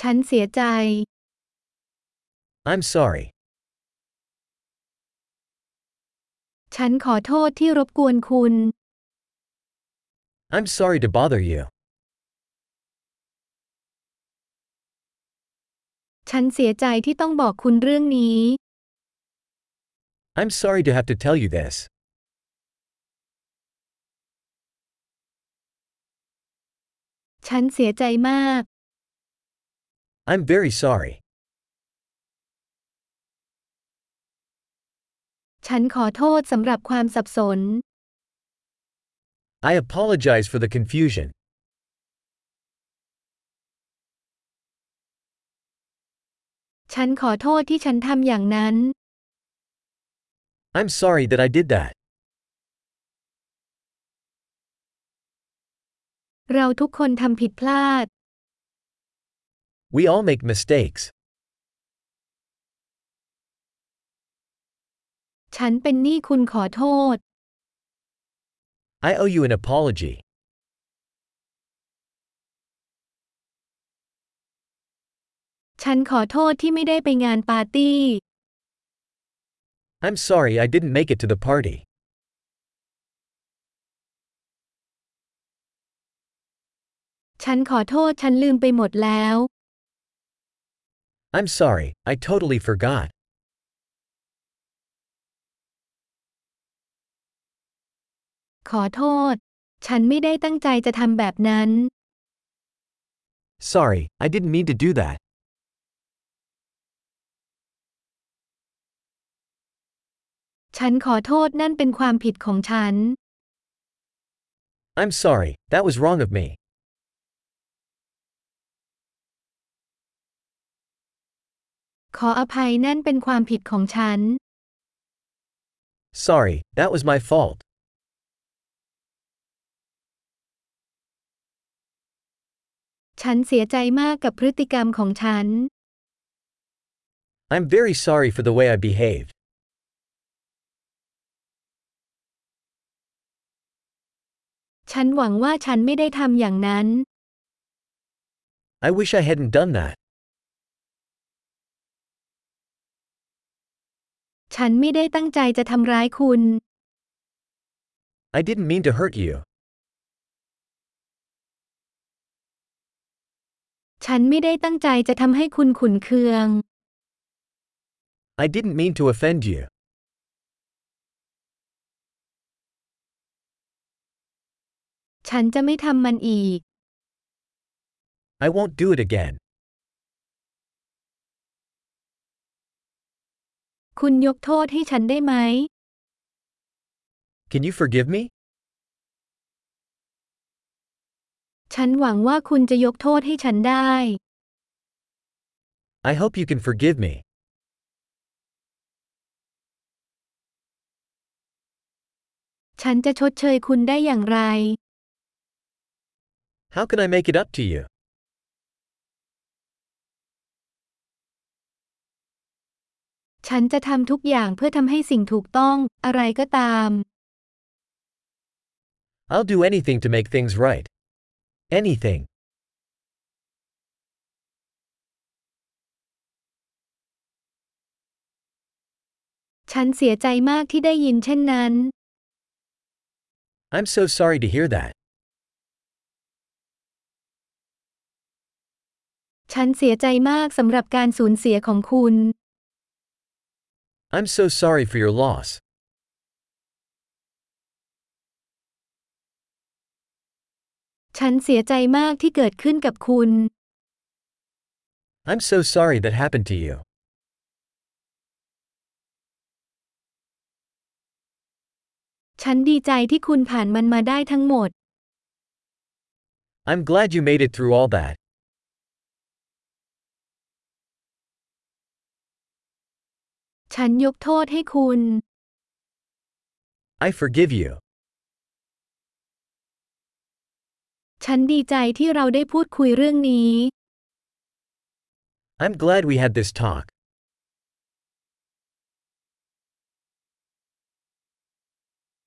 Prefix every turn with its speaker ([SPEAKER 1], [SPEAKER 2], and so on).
[SPEAKER 1] ฉันเสียใจ
[SPEAKER 2] I'm sorry.
[SPEAKER 1] ฉันขอโทษที่รบกวนคุณ
[SPEAKER 2] I'm sorry to bother you.
[SPEAKER 1] ฉันเสียใจที่ต้องบอกคุณเรื่องนี้
[SPEAKER 2] I'm sorry to have to tell you this.
[SPEAKER 1] ฉันเสียใจมาก
[SPEAKER 2] I'm very sorry.
[SPEAKER 1] ฉันขอโทษสำหรับความสับสน
[SPEAKER 2] I apologize for the confusion.
[SPEAKER 1] ฉันขอโทษที่ฉันทำอย่างนั้น
[SPEAKER 2] I'm sorry that I did that.
[SPEAKER 1] เราทุกคนทำผิดพลาด
[SPEAKER 2] We all make mistakes.
[SPEAKER 1] ฉันเป็นหนี้คุณขอโทษ
[SPEAKER 2] I owe you an apology.
[SPEAKER 1] ฉันขอโทษที่ไม่ได้ไปงานปาร์ตี้
[SPEAKER 2] I'm sorry I didn't make it to the party.
[SPEAKER 1] ฉันขอโทษฉันลืมไปหมดแล้ว
[SPEAKER 2] I'm sorry, I totally forgot.
[SPEAKER 1] ขอโทษ ฉันไม่ได้ตั้งใจจะทำแบบนั้น
[SPEAKER 2] Sorry, I didn't mean to do that.
[SPEAKER 1] ฉันขอโทษนั่นเป็นความผิดของฉัน
[SPEAKER 2] I'm sorry, that was wrong of me.
[SPEAKER 1] ขออภัยนั่นเป็นความผิดของฉัน
[SPEAKER 2] Sorry, that was my fault.
[SPEAKER 1] ฉันเสียใจมากกับพฤติกรรมของฉัน
[SPEAKER 2] I'm very sorry for the way I behaved.
[SPEAKER 1] ฉันหวังว่าฉันไม่ได้ทำอย่างนั้น
[SPEAKER 2] I wish I hadn't done that.
[SPEAKER 1] ฉันไม่ได้ตั้งใจจะทำร้ายคุณ
[SPEAKER 2] I didn't mean to hurt you.
[SPEAKER 1] ฉันไม่ได้ตั้งใจจะทำให้คุณขุนเคือง
[SPEAKER 2] I didn't mean to offend you.
[SPEAKER 1] ฉันจะไม่ทำมันอีก
[SPEAKER 2] I won't do it again.
[SPEAKER 1] คุณยกโทษให้ฉันได้ไหม
[SPEAKER 2] Can you forgive me?
[SPEAKER 1] ฉันหวังว่าคุณจะยกโทษให้ฉันได้
[SPEAKER 2] I hope you can forgive me.
[SPEAKER 1] ฉันจะชดเชยคุณได้อย่างไร
[SPEAKER 2] How can I make it up to you?
[SPEAKER 1] ฉันจะทำทุกอย่างเพื่อทำให้สิ่งถูกต้อง อะไรก็ตาม
[SPEAKER 2] I'll do anything to make things right. Anything.
[SPEAKER 1] ฉันเสียใจมากที่ได้ยินเช่นนั้น
[SPEAKER 2] I'm so sorry to hear that.
[SPEAKER 1] ฉันเสียใจมากสำหรับการสูญเสียของคุณ
[SPEAKER 2] I'm so sorry for your loss.
[SPEAKER 1] ฉันเสียใจมากที่เกิดขึ้นกับคุณ
[SPEAKER 2] I'm so sorry that happened to you.
[SPEAKER 1] ฉันดีใจที่คุณผ่านมันมาได้ทั้งหมด
[SPEAKER 2] I'm glad you made it through all that.
[SPEAKER 1] ฉันยกโทษให้คุณ
[SPEAKER 2] I forgive you.
[SPEAKER 1] ฉันดีใจที่เราได้พูดคุยเรื่องนี้
[SPEAKER 2] I'm glad we had this talk.